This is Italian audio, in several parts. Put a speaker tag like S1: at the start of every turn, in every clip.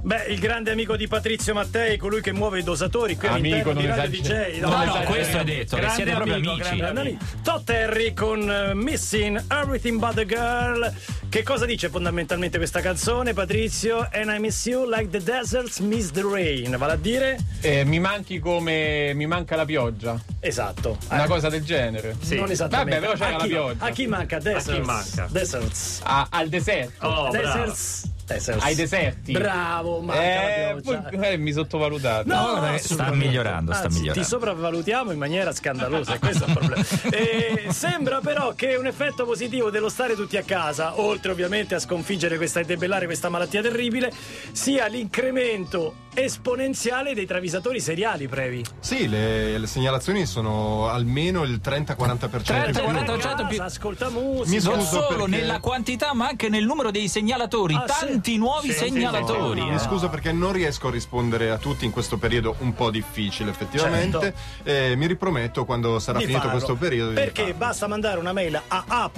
S1: Beh, il grande amico di Patrizio Mattei, colui che muove i dosatori qui
S2: Amico,
S1: all'interno di
S2: non
S1: Radio
S2: esageri-
S1: DJ.
S3: No, no, questo è detto, che
S1: Grande
S3: siete proprio
S1: amico,
S3: amici.
S1: grande amico. Todd Terry con eh, Missing Everything But The Girl. Che cosa dice fondamentalmente questa canzone, Patrizio? And I miss you like the deserts miss the rain. Vale a dire?
S2: Eh, mi manchi come mi manca la pioggia,
S1: Esatto.
S2: una
S1: Eh,
S2: cosa del genere.
S1: Non esattamente.
S2: Vabbè, però c'era
S1: a
S2: la
S1: chi,
S2: pioggia.
S1: A chi manca Deserts?
S4: A chi manca?
S1: Deserts.
S2: A- al deserto,
S4: Oh, bravo.
S1: Deserts. Deserts.
S2: ai deserti.
S1: Bravo, manca
S2: eh,
S1: la
S2: poi,
S1: pioggia.
S2: eh, mi sottovalutate.
S3: sta
S1: assolutamente.
S3: migliorando, sta
S1: Anzi,
S3: migliorando.
S1: Ti sopravvalutiamo in maniera scandalosa, e questo è il problema. E sembra però che un effetto positivo dello stare tutti a casa, oltre ovviamente a sconfiggere questa e debellare questa malattia terribile, sia l'incremento esponenziale dei travisatori seriali, previ.
S5: Sì, le, le segnalazioni sono almeno il 30-40%.
S3: 30-40%.
S5: più.
S3: 40% più-
S1: Cioè, ascolta musica.
S5: Mi
S3: Non
S5: scuso
S3: solo
S5: perché-
S3: nella quantità, ma anche nel numero dei segnalatori.
S1: Ah, sì.
S3: Tanti nuovi
S4: Sì, sì,
S3: segnalatori. Eh,
S1: sì,
S5: Mi scuso perché non riesco a rispondere a tutti in questo periodo un po' difficile effettivamente. Eh, mi riprometto quando sarà
S1: di
S5: finito
S1: farlo.
S5: questo periodo. di
S1: perché
S5: rifarlo.
S1: basta mandare una mail a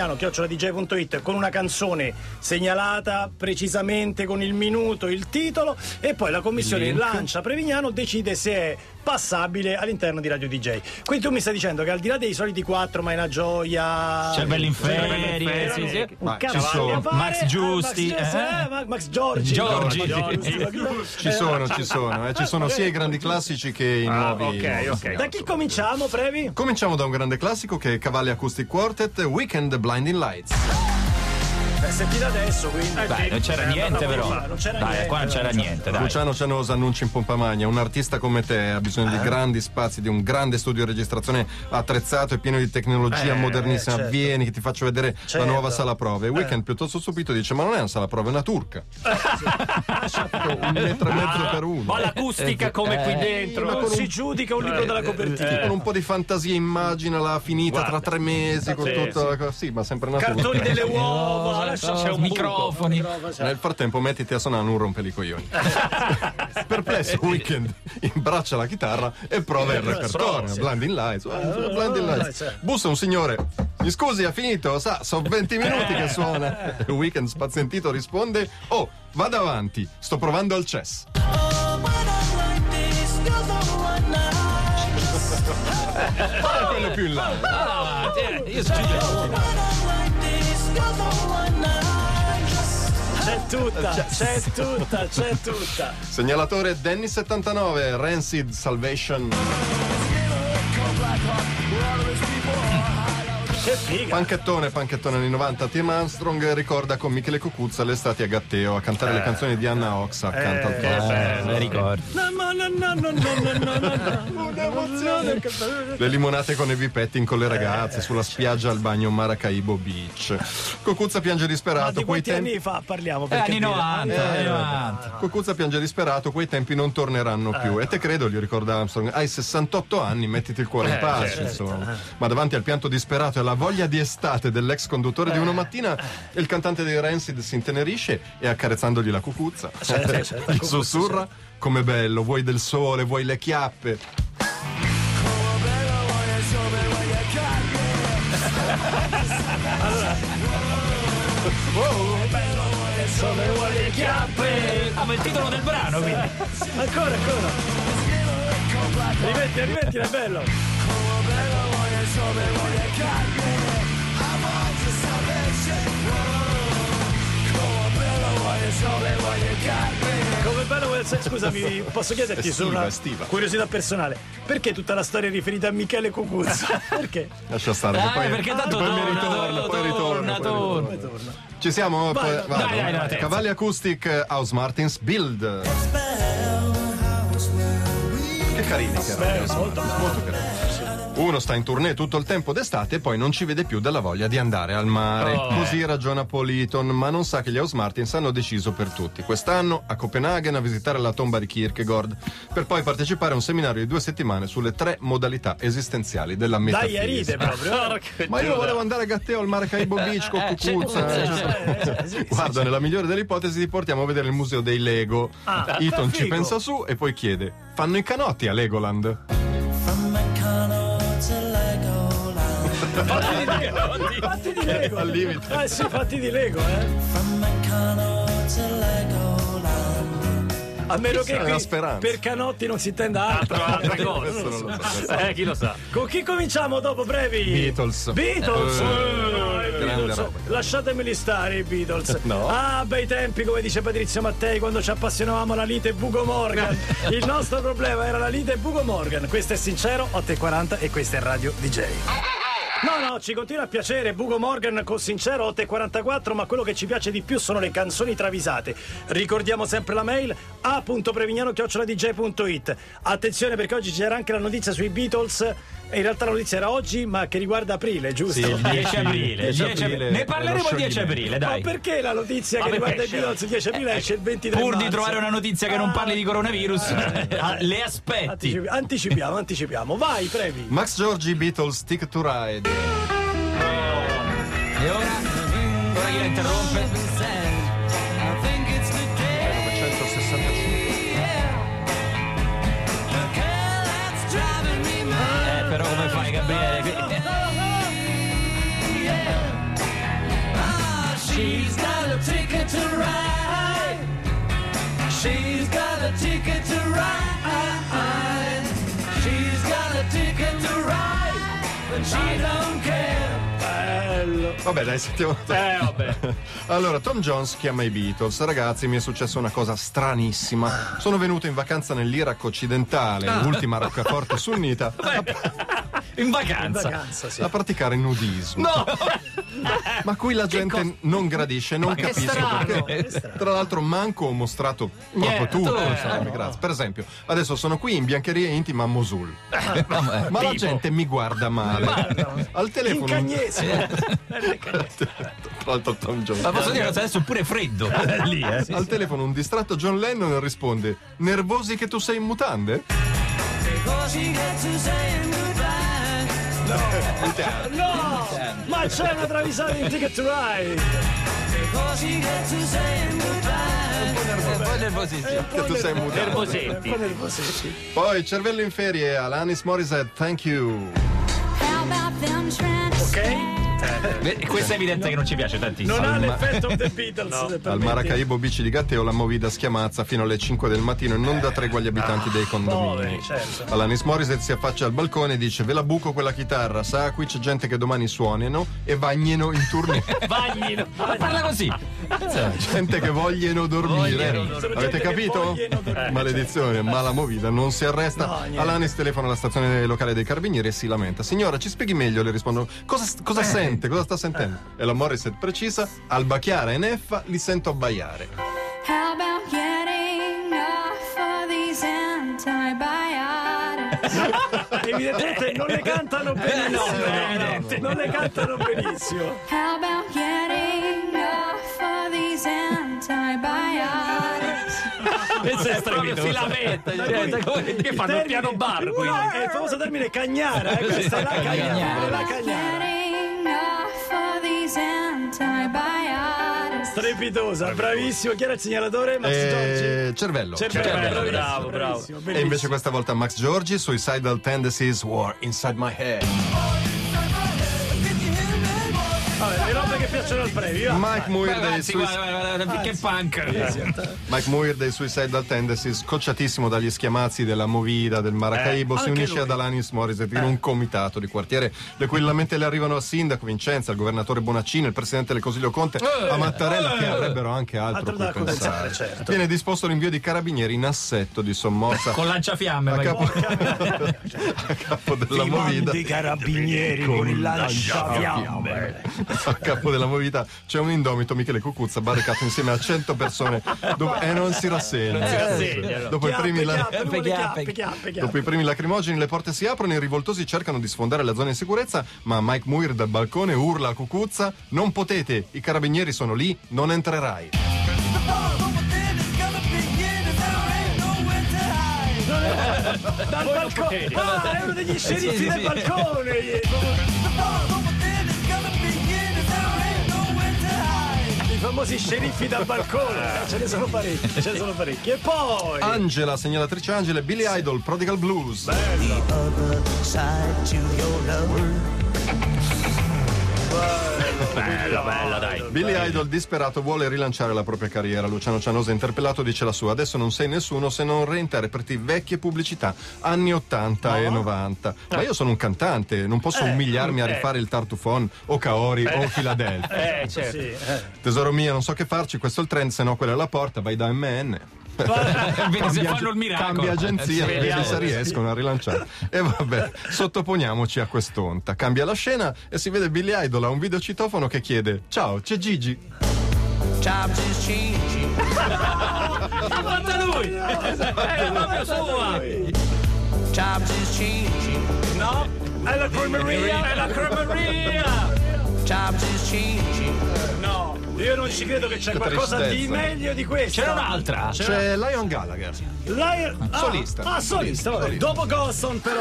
S1: a.prevignano.dj.it con una canzone segnalata precisamente con il minuto il titolo e poi la commissione lancia Prevignano decide se è passabile all'interno di Radio DJ quindi tu mi stai dicendo che al di là dei soliti quattro ma è una gioia
S3: Cervelli in
S4: Cervelli
S3: ferie.
S4: in ferie,
S3: sì, sì.
S4: sì.
S1: un
S5: Ma
S1: cazzo
S5: ci sono.
S1: da fare,
S3: Max
S1: eh,
S3: Giusti,
S1: Max, Giusti,
S3: eh?
S1: eh, ma- Max Giorgi
S3: Giorgi.
S5: Ci sono, ci sono, eh, ci sono sia i grandi classici che i
S4: Ah,
S5: nuovi.
S4: ok, ok.
S1: da chi cominciamo Previ?
S5: Cominciamo da un grande classico che è Cavalli Acoustic Quartet Weekend Blinding Lights.
S1: Beh, sentite adesso quindi Eh,
S3: Dai, non c'era niente, però.
S1: non c'era
S3: Dai, qua non
S1: niente, eh, cioè,
S3: c'era
S1: non c'era-
S3: niente. Dai.
S5: Luciano Cianosa annuncia in pompa magna, un artista come te ha bisogno
S1: Eh?
S5: di grandi spazi, di un grande studio di registrazione attrezzato e pieno di tecnologia
S1: Eh,
S5: modernissima.
S1: eh, certo.
S5: Vieni che ti faccio vedere
S1: Certo. Eh.
S5: la nuova sala prove. Weekend piuttosto stupito dice ma non è una sala prove, è una turca. Esatto, un metro e mezzo per uno.
S4: Ma ah, l'acustica come qui dentro.
S1: non si giudica un libro dalla copertina.
S5: Con un po' di fantasia immagina la finita
S4: Guarda.
S5: tra tre mesi con
S4: Sì,
S5: tutto la cosa- sì. ma sempre una turca.
S1: Cartoni delle uova,
S3: Oh,
S1: lascia-
S3: oh,
S1: c'è un
S3: microfoni.
S5: Cioè, Nel frattempo mettiti a suonare un rompelicoglioni. Perplesso Weekend imbraccia la chitarra e Eh. prova il repertorio. Blinding Lights. eh, Blinding Lights. Bussa un signore. Mi scusi, ha finito? Sa, sono 20 minuti che suona. Il Weekend spazientito risponde: Oh, vada avanti, sto provando al chess. È quello
S6: Eh,
S5: più in là.
S3: Ah, eh, io ci-
S1: C'è tutta, c'è tutta, c'è tutta.
S5: Segnalatore Danny 79, Rancid Salvation.
S1: Che figa.
S5: Panchettone, panchettone anni 90, Tim Armstrong ricorda con Michele Cucuzza l'estate a Gatteo a cantare le canzoni di Anna Ox accanto al
S1: eh,
S5: palco.
S3: me ricordo.
S1: No, no, no, no, no, no, no, no, no.
S5: Un'emozione. Le limonate con i pipetti con le ragazze sulla spiaggia al bagno Maracaibo Beach. Cucuzza piange
S1: Ma
S5: disperato,
S1: di
S5: quei
S1: quanti
S5: tempi Eh,
S1: anni fa parliamo?
S3: Eh,
S1: per
S3: anni
S1: capire?
S3: 90, anni 90.
S5: Cucuzza piange disperato, quei tempi non torneranno più.
S1: Eh.
S5: E te credo, gli ricorda Armstrong, hai 68 anni, mettiti il
S1: Eh,
S5: cuore in pace.
S1: certo.
S5: insomma. Ma davanti al pianto disperato e alla voglia di estate dell'ex conduttore
S1: Eh.
S5: di una mattina, il cantante dei Rancid si intenerisce e accarezzandogli la cucuzza,
S1: Certo, certo,
S5: gli
S1: cucuzza,
S5: sussurra: Come bello, vuoi del sole, vuoi le chiappe.
S1: Insomma, le vuole le chiappe.
S3: Ah, ma il titolo del brano, quindi.
S1: Ancora, ancora. Rimetti, rimetti, è bello. Come bello vuoi essere- Scusami, posso chiederti
S5: Estiva,
S1: solo una
S5: estiva.
S1: curiosità personale. Perché tutta la storia è riferita a Michele Cucuzza? Perché?
S5: Lascia stare, che
S3: Ah,
S5: poi,
S3: perché tanto
S5: poi mi
S3: torna,
S5: ritorna,
S3: torna,
S5: poi
S3: torna,
S5: ritorna, poi
S3: torna.
S5: ritorna. Ci siamo? Poi-
S1: dai,
S5: vado.
S3: dai, dai, la terza.
S5: Cavalli Acoustic House Martins Build. Che carini che erano.
S1: Bello, molto bello.
S5: Molto carini. Uno sta in tournée tutto il tempo d'estate e poi non ci vede più della voglia di andare al mare.
S3: Oh, eh.
S5: Così ragiona Politon, ma non sa che gli House Martins hanno deciso per tutti. Quest'anno a Copenaghen a visitare la tomba di Kierkegaard, per poi partecipare a un seminario di due settimane sulle tre modalità esistenziali della
S1: Dai,
S5: metafisica.
S1: ride proprio.
S5: Ma io volevo andare a Gatteo al Maracaibo
S1: Eh,
S5: Beach con Cucuzza. eh. Guarda, nella migliore delle ipotesi ti portiamo a vedere il museo dei Lego.
S1: Ah,
S5: Eton
S1: figo.
S5: ci pensa su e poi chiede: fanno i canotti a Legoland?
S1: eh. Fatti di Lego.
S5: Al limite.
S1: Eh sì, fatti di Lego, eh.
S6: From Meccano to Legoland.
S1: A meno che
S5: È una
S1: qui
S5: speranza. Ah,
S1: per Canotti non si intenda altro.
S4: Tra altre
S5: Questo non lo
S4: cose.
S5: so.
S4: Eh, chi lo sa.
S1: Con chi cominciamo dopo, brevi?
S5: Beatles.
S1: Beatles!
S5: Eh,
S1: No, i
S5: grande
S1: Beatles.
S5: roba.
S1: Lasciatemeli stare i Beatles.
S5: No.
S1: Ah, bei tempi, come dice Patrizio Mattei, quando ci appassionavamo alla lite Bugo Morgan. Il nostro problema era la lite Bugo Morgan. Questo è sincero, 8.40 e questa è Radio DJ. No, no, ci continua a piacere Bugo Morgan con Sincero 844, ma quello che ci piace di più sono le canzoni travisate. Ricordiamo sempre la mail a.prevignano.dj.it. Attenzione perché oggi c'era anche la notizia sui Beatles, e in realtà la notizia era oggi, ma che riguarda aprile, giusto?
S5: Sì, il
S3: 10 aprile,
S5: 10
S3: 10 aprile. Ne parleremo il 10 aprile,
S1: Ma
S3: dai.
S1: perché la notizia
S4: Ma
S1: che
S4: perché
S1: riguarda i
S4: c'è?
S1: Beatles 10 aprile esce il 23
S3: Eh, Pur di
S1: marzo? Ah,
S3: trovare una notizia che non parli di coronavirus, Ah, le aspetti.
S1: Anticipi- anticipiamo, anticipiamo. Vai, previ.
S5: Max Giorgi Beatles Stick to Ride.
S3: E ora? Ora chi la interrompe?
S5: 1965.
S3: Eh, però come fai, Gabriele?
S6: She's got a ticket to ride. She's got a ticket to ride. She's got a ticket to ride, but she don't care.
S5: Vabbè, dai, sentiamo.
S4: Eh, vabbè.
S5: Allora, Tom Jones chiama i Beatles. Ragazzi, mi è successa una cosa stranissima. Sono venuto in vacanza nell'Iraq occidentale, l'ultima roccaforte sunnita, a,
S3: In vacanza.
S1: Vacanza, sì.
S5: a praticare nudismo. No! Ma qui la gente non gradisce, non capisco perché. Tra l'altro, manco ho mostrato proprio tutto. insomma, grazie. Per esempio, adesso sono qui in biancheria intima a Mosul. Ma la gente mi guarda male. Al
S1: In
S5: telefono.
S1: cagnese.
S5: Tra l'altro, Tom Jones.
S3: Ma posso dire che adesso è pure freddo. Lì, eh.
S5: Al telefono un distratto John Lennon risponde Nervosi che tu sei in mutande?
S6: Before she gets to saying goodbye.
S1: No! Ma c'è una travisata in Ticket to Ride!
S6: Before she gets to saying goodbye.
S3: Poi
S1: Eh,
S3: nervosissimo.
S5: Che tu sei in mutande
S4: Nervosetti.
S1: Un po' nervosetti.
S5: Poi Cervello in ferie Alanis Morissette Thank you
S7: How about them trying to
S1: Ok?
S3: Beh, Eh, Questo è evidente che non ci piace tantissimo.
S1: Non ha l'effetto of the Beatles. se
S5: Al
S1: permetti.
S5: Maracaibo bici di gatteo la movida schiamazza fino alle 5 del mattino e non da tregua agli abitanti dei condomini.
S1: poveri, certo.
S5: Alanis Morissette si affaccia al balcone e dice ve la buco quella chitarra, sa qui c'è gente che domani suonano e vagnino in tournée.
S4: Vagnino.
S3: Ma parla così.
S5: gente che vogliono dormire.
S3: Vogliono
S1: dormire.
S5: Avete
S1: Gente che
S5: capito?
S1: vogliono dormire. Certo.
S5: Maledizione, ma la movida non si arresta.
S1: No, niente.
S5: Alanis telefona alla stazione locale dei carabinieri e si lamenta. Signora, ci spieghi meglio? Le rispondo. Cosa, cosa
S1: Eh.
S5: sente? Cosa sta sentendo? E la Morissette precisa, alba chiara e neffa, li sento abbaiare.
S7: How about getting off of these antibiotics?
S1: Evidentemente non le cantano benissimo. Non le cantano benissimo.
S7: How about getting off of these antibiotics?
S3: Questo è
S4: Proprio
S3: strepitoso.
S4: si lamenta.
S1: Da
S4: cioè,
S1: cui-
S4: come- Che fanno
S1: termine-
S4: il piano bar qui?
S1: No, È il famoso termine cagnara. eh, Questa è la cagnara. La cagnara.
S7: Getting off of these antibiotics.
S1: Strepitosa, bravissimo. Chi era il segnalatore? Max Giorgi.
S5: E... Eh, Cervello.
S1: Cervello,
S4: bravo, bravo.
S1: bravissimo,
S5: E
S1: bellissimo.
S5: invece questa volta Max Giorgi, Suicidal Tendencies War Inside My Head.
S1: Vabbè, le robe che piacciono al eh. brevi. va.
S5: Mike Muir
S3: Guarda,
S5: dei
S3: anzi,
S5: Suicidal
S3: guarda, guarda, guarda, Che punk.
S5: Mike Muir dei Suicidal Tendencies, scocciatissimo dagli schiamazzi della Movida, del Maracaibo, si
S1: anche
S5: unisce
S1: lui.
S5: ad Alanis Morissette in un comitato di quartiere. Le cui lamentele le arrivano al sindaco Vincenza, al governatore Bonaccini, al presidente del Consiglio Conte, a Mattarella, che avrebbero anche altro,
S1: Altro
S5: cui
S1: da compensare,
S5: pensare.
S1: certo.
S5: Viene disposto l'invio di carabinieri in assetto di sommossa
S3: Con lanciafiamme.
S5: a
S3: vai.
S5: capo, a capo della Movida.
S1: carabinieri con il lanciafiamme.
S5: A capo della Movida c'è un indomito Michele Cucuzza barricato insieme a 100 persone dove- e non si rassegna.
S3: Eh,
S5: Eh. Dopo i primi la-
S1: Chiappe,
S3: Chiappe,
S1: chiappe,
S3: chiappe.
S1: chiappe,
S5: Dopo i
S1: chiappe.
S5: primi lacrimogeni le porte si aprono, i rivoltosi cercano di sfondare la zona in sicurezza, ma Mike Muir dal balcone urla a Cucuzza "Non potete, i carabinieri sono lì, non entrerai".
S1: Dal balcone. Ah, è uno degli sceriffi
S3: sì,
S1: del
S3: sì.
S1: balcone. I famosi sceriffi dal
S3: Eh.
S1: balcone. Ce ne sono parecchi, ce ne sono parecchi. E poi...
S5: Angela, segnalatrice Angela, e Billy Idol, Prodigal Blues.
S6: The other side to your love.
S4: Bella, bella, dai.
S5: Billy Idol disperato vuole rilanciare la propria carriera. Luciano Cianosa interpellato dice la sua. Adesso non sei nessuno se non reinterpreti vecchie pubblicità anni 80 e 90. Ma io sono un cantante, non posso umiliarmi a
S1: Ah. eh.
S5: rifare il tartufon o Kaori o Philadelphia.
S4: Eh, certo.
S1: Sì, eh.
S5: Tesoro mio, non so che farci, questo è il trend, se no quella è la porta, vai da MN.
S3: Vedi se
S5: Cambia-
S3: fanno il miracolo.
S5: Cambia agenzia,
S3: Eh, sì.
S5: vedi se riescono a rilanciare. E vabbè, sottoponiamoci a quest'onta. Cambia la scena e si vede Billy Idol a un videocitofono che chiede: Ciao, c'è Gigi.
S6: Times is changing.
S3: L'ha fatta lui! È proprio sua!
S6: Times is changing.
S3: No?
S1: È la cremeria, è la
S3: Maria!
S6: Times is changing.
S1: No, io non ci credo che c'è
S5: Che
S1: qualcosa di
S5: tristezza.
S1: meglio di questo.
S3: C'era un'altra!
S5: C'è Lion Gallagher.
S1: Lion... Ah,
S5: Solista.
S1: Ah, solista, vabbè.
S5: Solista.
S1: Dopo Gosson però.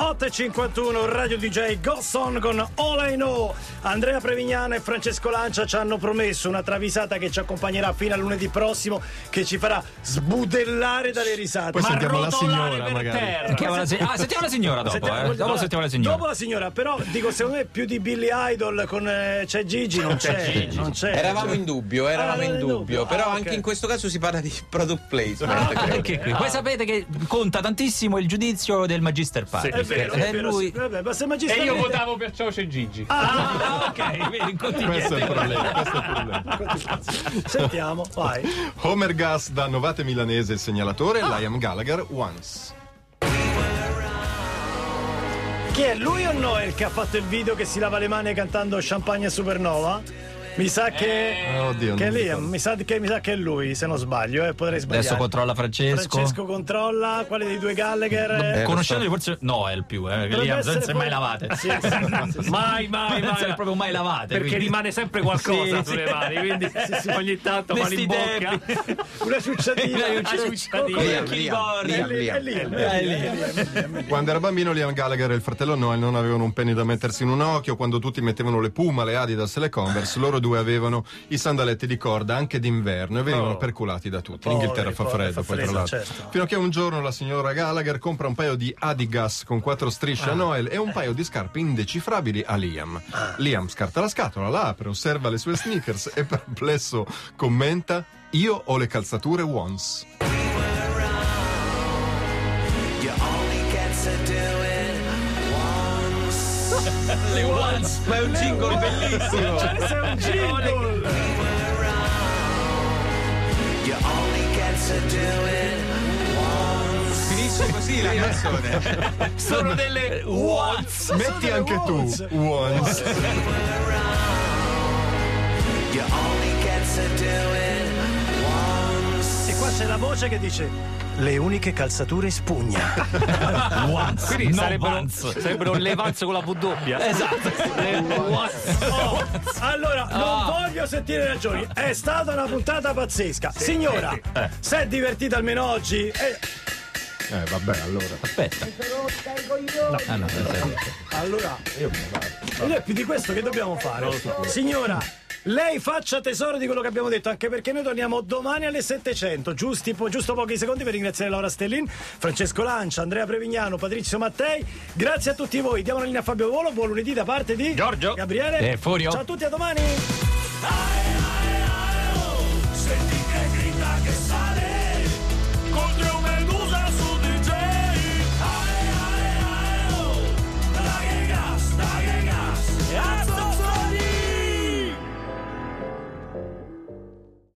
S1: 8.51 Radio DJ Gosson con All I Know. Andrea Prevignano e Francesco Lancia ci hanno promesso una travisata che ci accompagnerà fino a lunedì prossimo che ci farà sbudellare dalle risate.
S5: Poi
S1: Ma
S5: sentiamo la
S1: rotolare
S5: signora,
S1: per
S5: magari.
S1: terra.
S3: Chiama la se- ah, sentiamo la signora dopo,
S1: Sentiamo-
S3: eh. Dopo sentiamo la signora.
S1: Dopo la signora, però dico secondo me più di Billy Idol con eh, c'è Gigi non c'è, non c'è.
S8: Eravamo in dubbio, eravamo
S1: Ah,
S8: in dubbio, però
S1: Ah, ok.
S8: anche in questo caso si parla di product placement.
S3: Ah, anche qui. Voi sapete che conta tantissimo il giudizio del Magister Party.
S1: È vero,
S3: Eh,
S1: è vero.
S3: lui-
S1: sì. Vabbè, ma se
S2: E
S1: magistralmente-
S2: io votavo per Ciao c'è Gigi.
S3: Ah, ok, vedi, conti
S5: Questo è il
S3: niente.
S5: problema. Questo è il problema.
S1: Sentiamo, vai.
S5: Homer Gas da Novate Milanese, il segnalatore,
S3: Ah.
S5: Liam Gallagher, Once.
S1: Chi è lui o no è il che ha fatto il video che si lava le mani cantando Champagne e Supernova? Mi sa che.
S5: Oddio,
S1: che
S5: non mi
S1: lì,
S5: ricordo.
S1: Eh, mi sa che, mi sa che è lui, se non sbaglio, eh, potrei sbagliare.
S3: Adesso controlla Francesco.
S1: Francesco controlla, quale dei due Gallagher? eh?
S3: Conoscendoli forse no, è il più, eh, perché
S1: Dovrebbe
S3: lì non
S1: essere
S3: si è mai
S1: poi-
S3: lavate.
S1: Sì, sì, sì, sì, sì.
S4: Mai, mai,
S3: Non si è
S4: mai.
S3: proprio mai lavate.
S4: Perché
S3: quindi-
S4: rimane sempre qualcosa
S3: Sì,
S4: sulle
S3: sì.
S4: mani, quindi ogni tanto
S3: De
S4: male in
S3: sti
S4: bocca.
S1: Una ciucciatina.
S3: Una
S1: Ah,
S3: ciucciatina.
S1: con-
S8: Liam,
S1: con-
S8: Liam,
S1: È
S8: Liam,
S1: lì, è lì,
S8: Liam.
S1: è lì,
S3: Eh.
S1: è lì, è lì.
S5: Quando era bambino Liam Gallagher e il fratello Noel non avevano un penny da mettersi in un occhio, quando tutti mettevano le Puma, le Adidas e le Converse, loro due avevano i sandaletti di corda anche d'inverno e venivano perculati da tutti.
S1: Poveri,
S5: L'Inghilterra fa
S1: poveri,
S5: freddo,
S1: fa
S5: Oh. poi tra
S1: freddo,
S5: l'altro.
S1: certo.
S5: Fino a che un giorno la signora Gallagher compra un paio di Adigas con quattro strisce a Noel e un paio di scarpe indecifrabili a Liam. Liam scarta la scatola, la apre, osserva le sue sneakers e perplesso commenta: Io ho le calzature once.
S6: You only get to do it once.
S8: Ma è un jingle bellissimo.
S1: Questo è un jingle.
S6: You only get to do it once.
S8: Finisce così la canzone.
S3: sono delle once.
S5: Metti anche tu once.
S6: You only get to do it once.
S1: E qua c'è la voce che dice le uniche calzature in spugna.
S3: Once.
S4: Quindi
S3: no
S4: sarebbero,
S3: once.
S4: sarebbero le Vans con la V doppia.
S3: Esatto.
S1: Oh, allora, non voglio sentire ragioni. È stata una puntata pazzesca. Signora, si è divertita almeno oggi? Eh,
S5: Eh, vabbè, allora.
S3: Aspetta. Ah, no, aspetta.
S1: allora, io più di questo che dobbiamo fare? Signora, lei faccia tesoro di quello che abbiamo detto, anche perché noi torniamo domani alle 700, giusti, po- giusto pochi secondi per ringraziare Laura Stellin, Francesco Lancia, Andrea Prevignano, Patrizio Mattei. Grazie a tutti voi. Diamo la linea a Fabio Volo, buon lunedì da parte di
S4: Giorgio.
S1: Gabriele
S3: E Furio.
S1: Ciao a tutti, a domani. oh.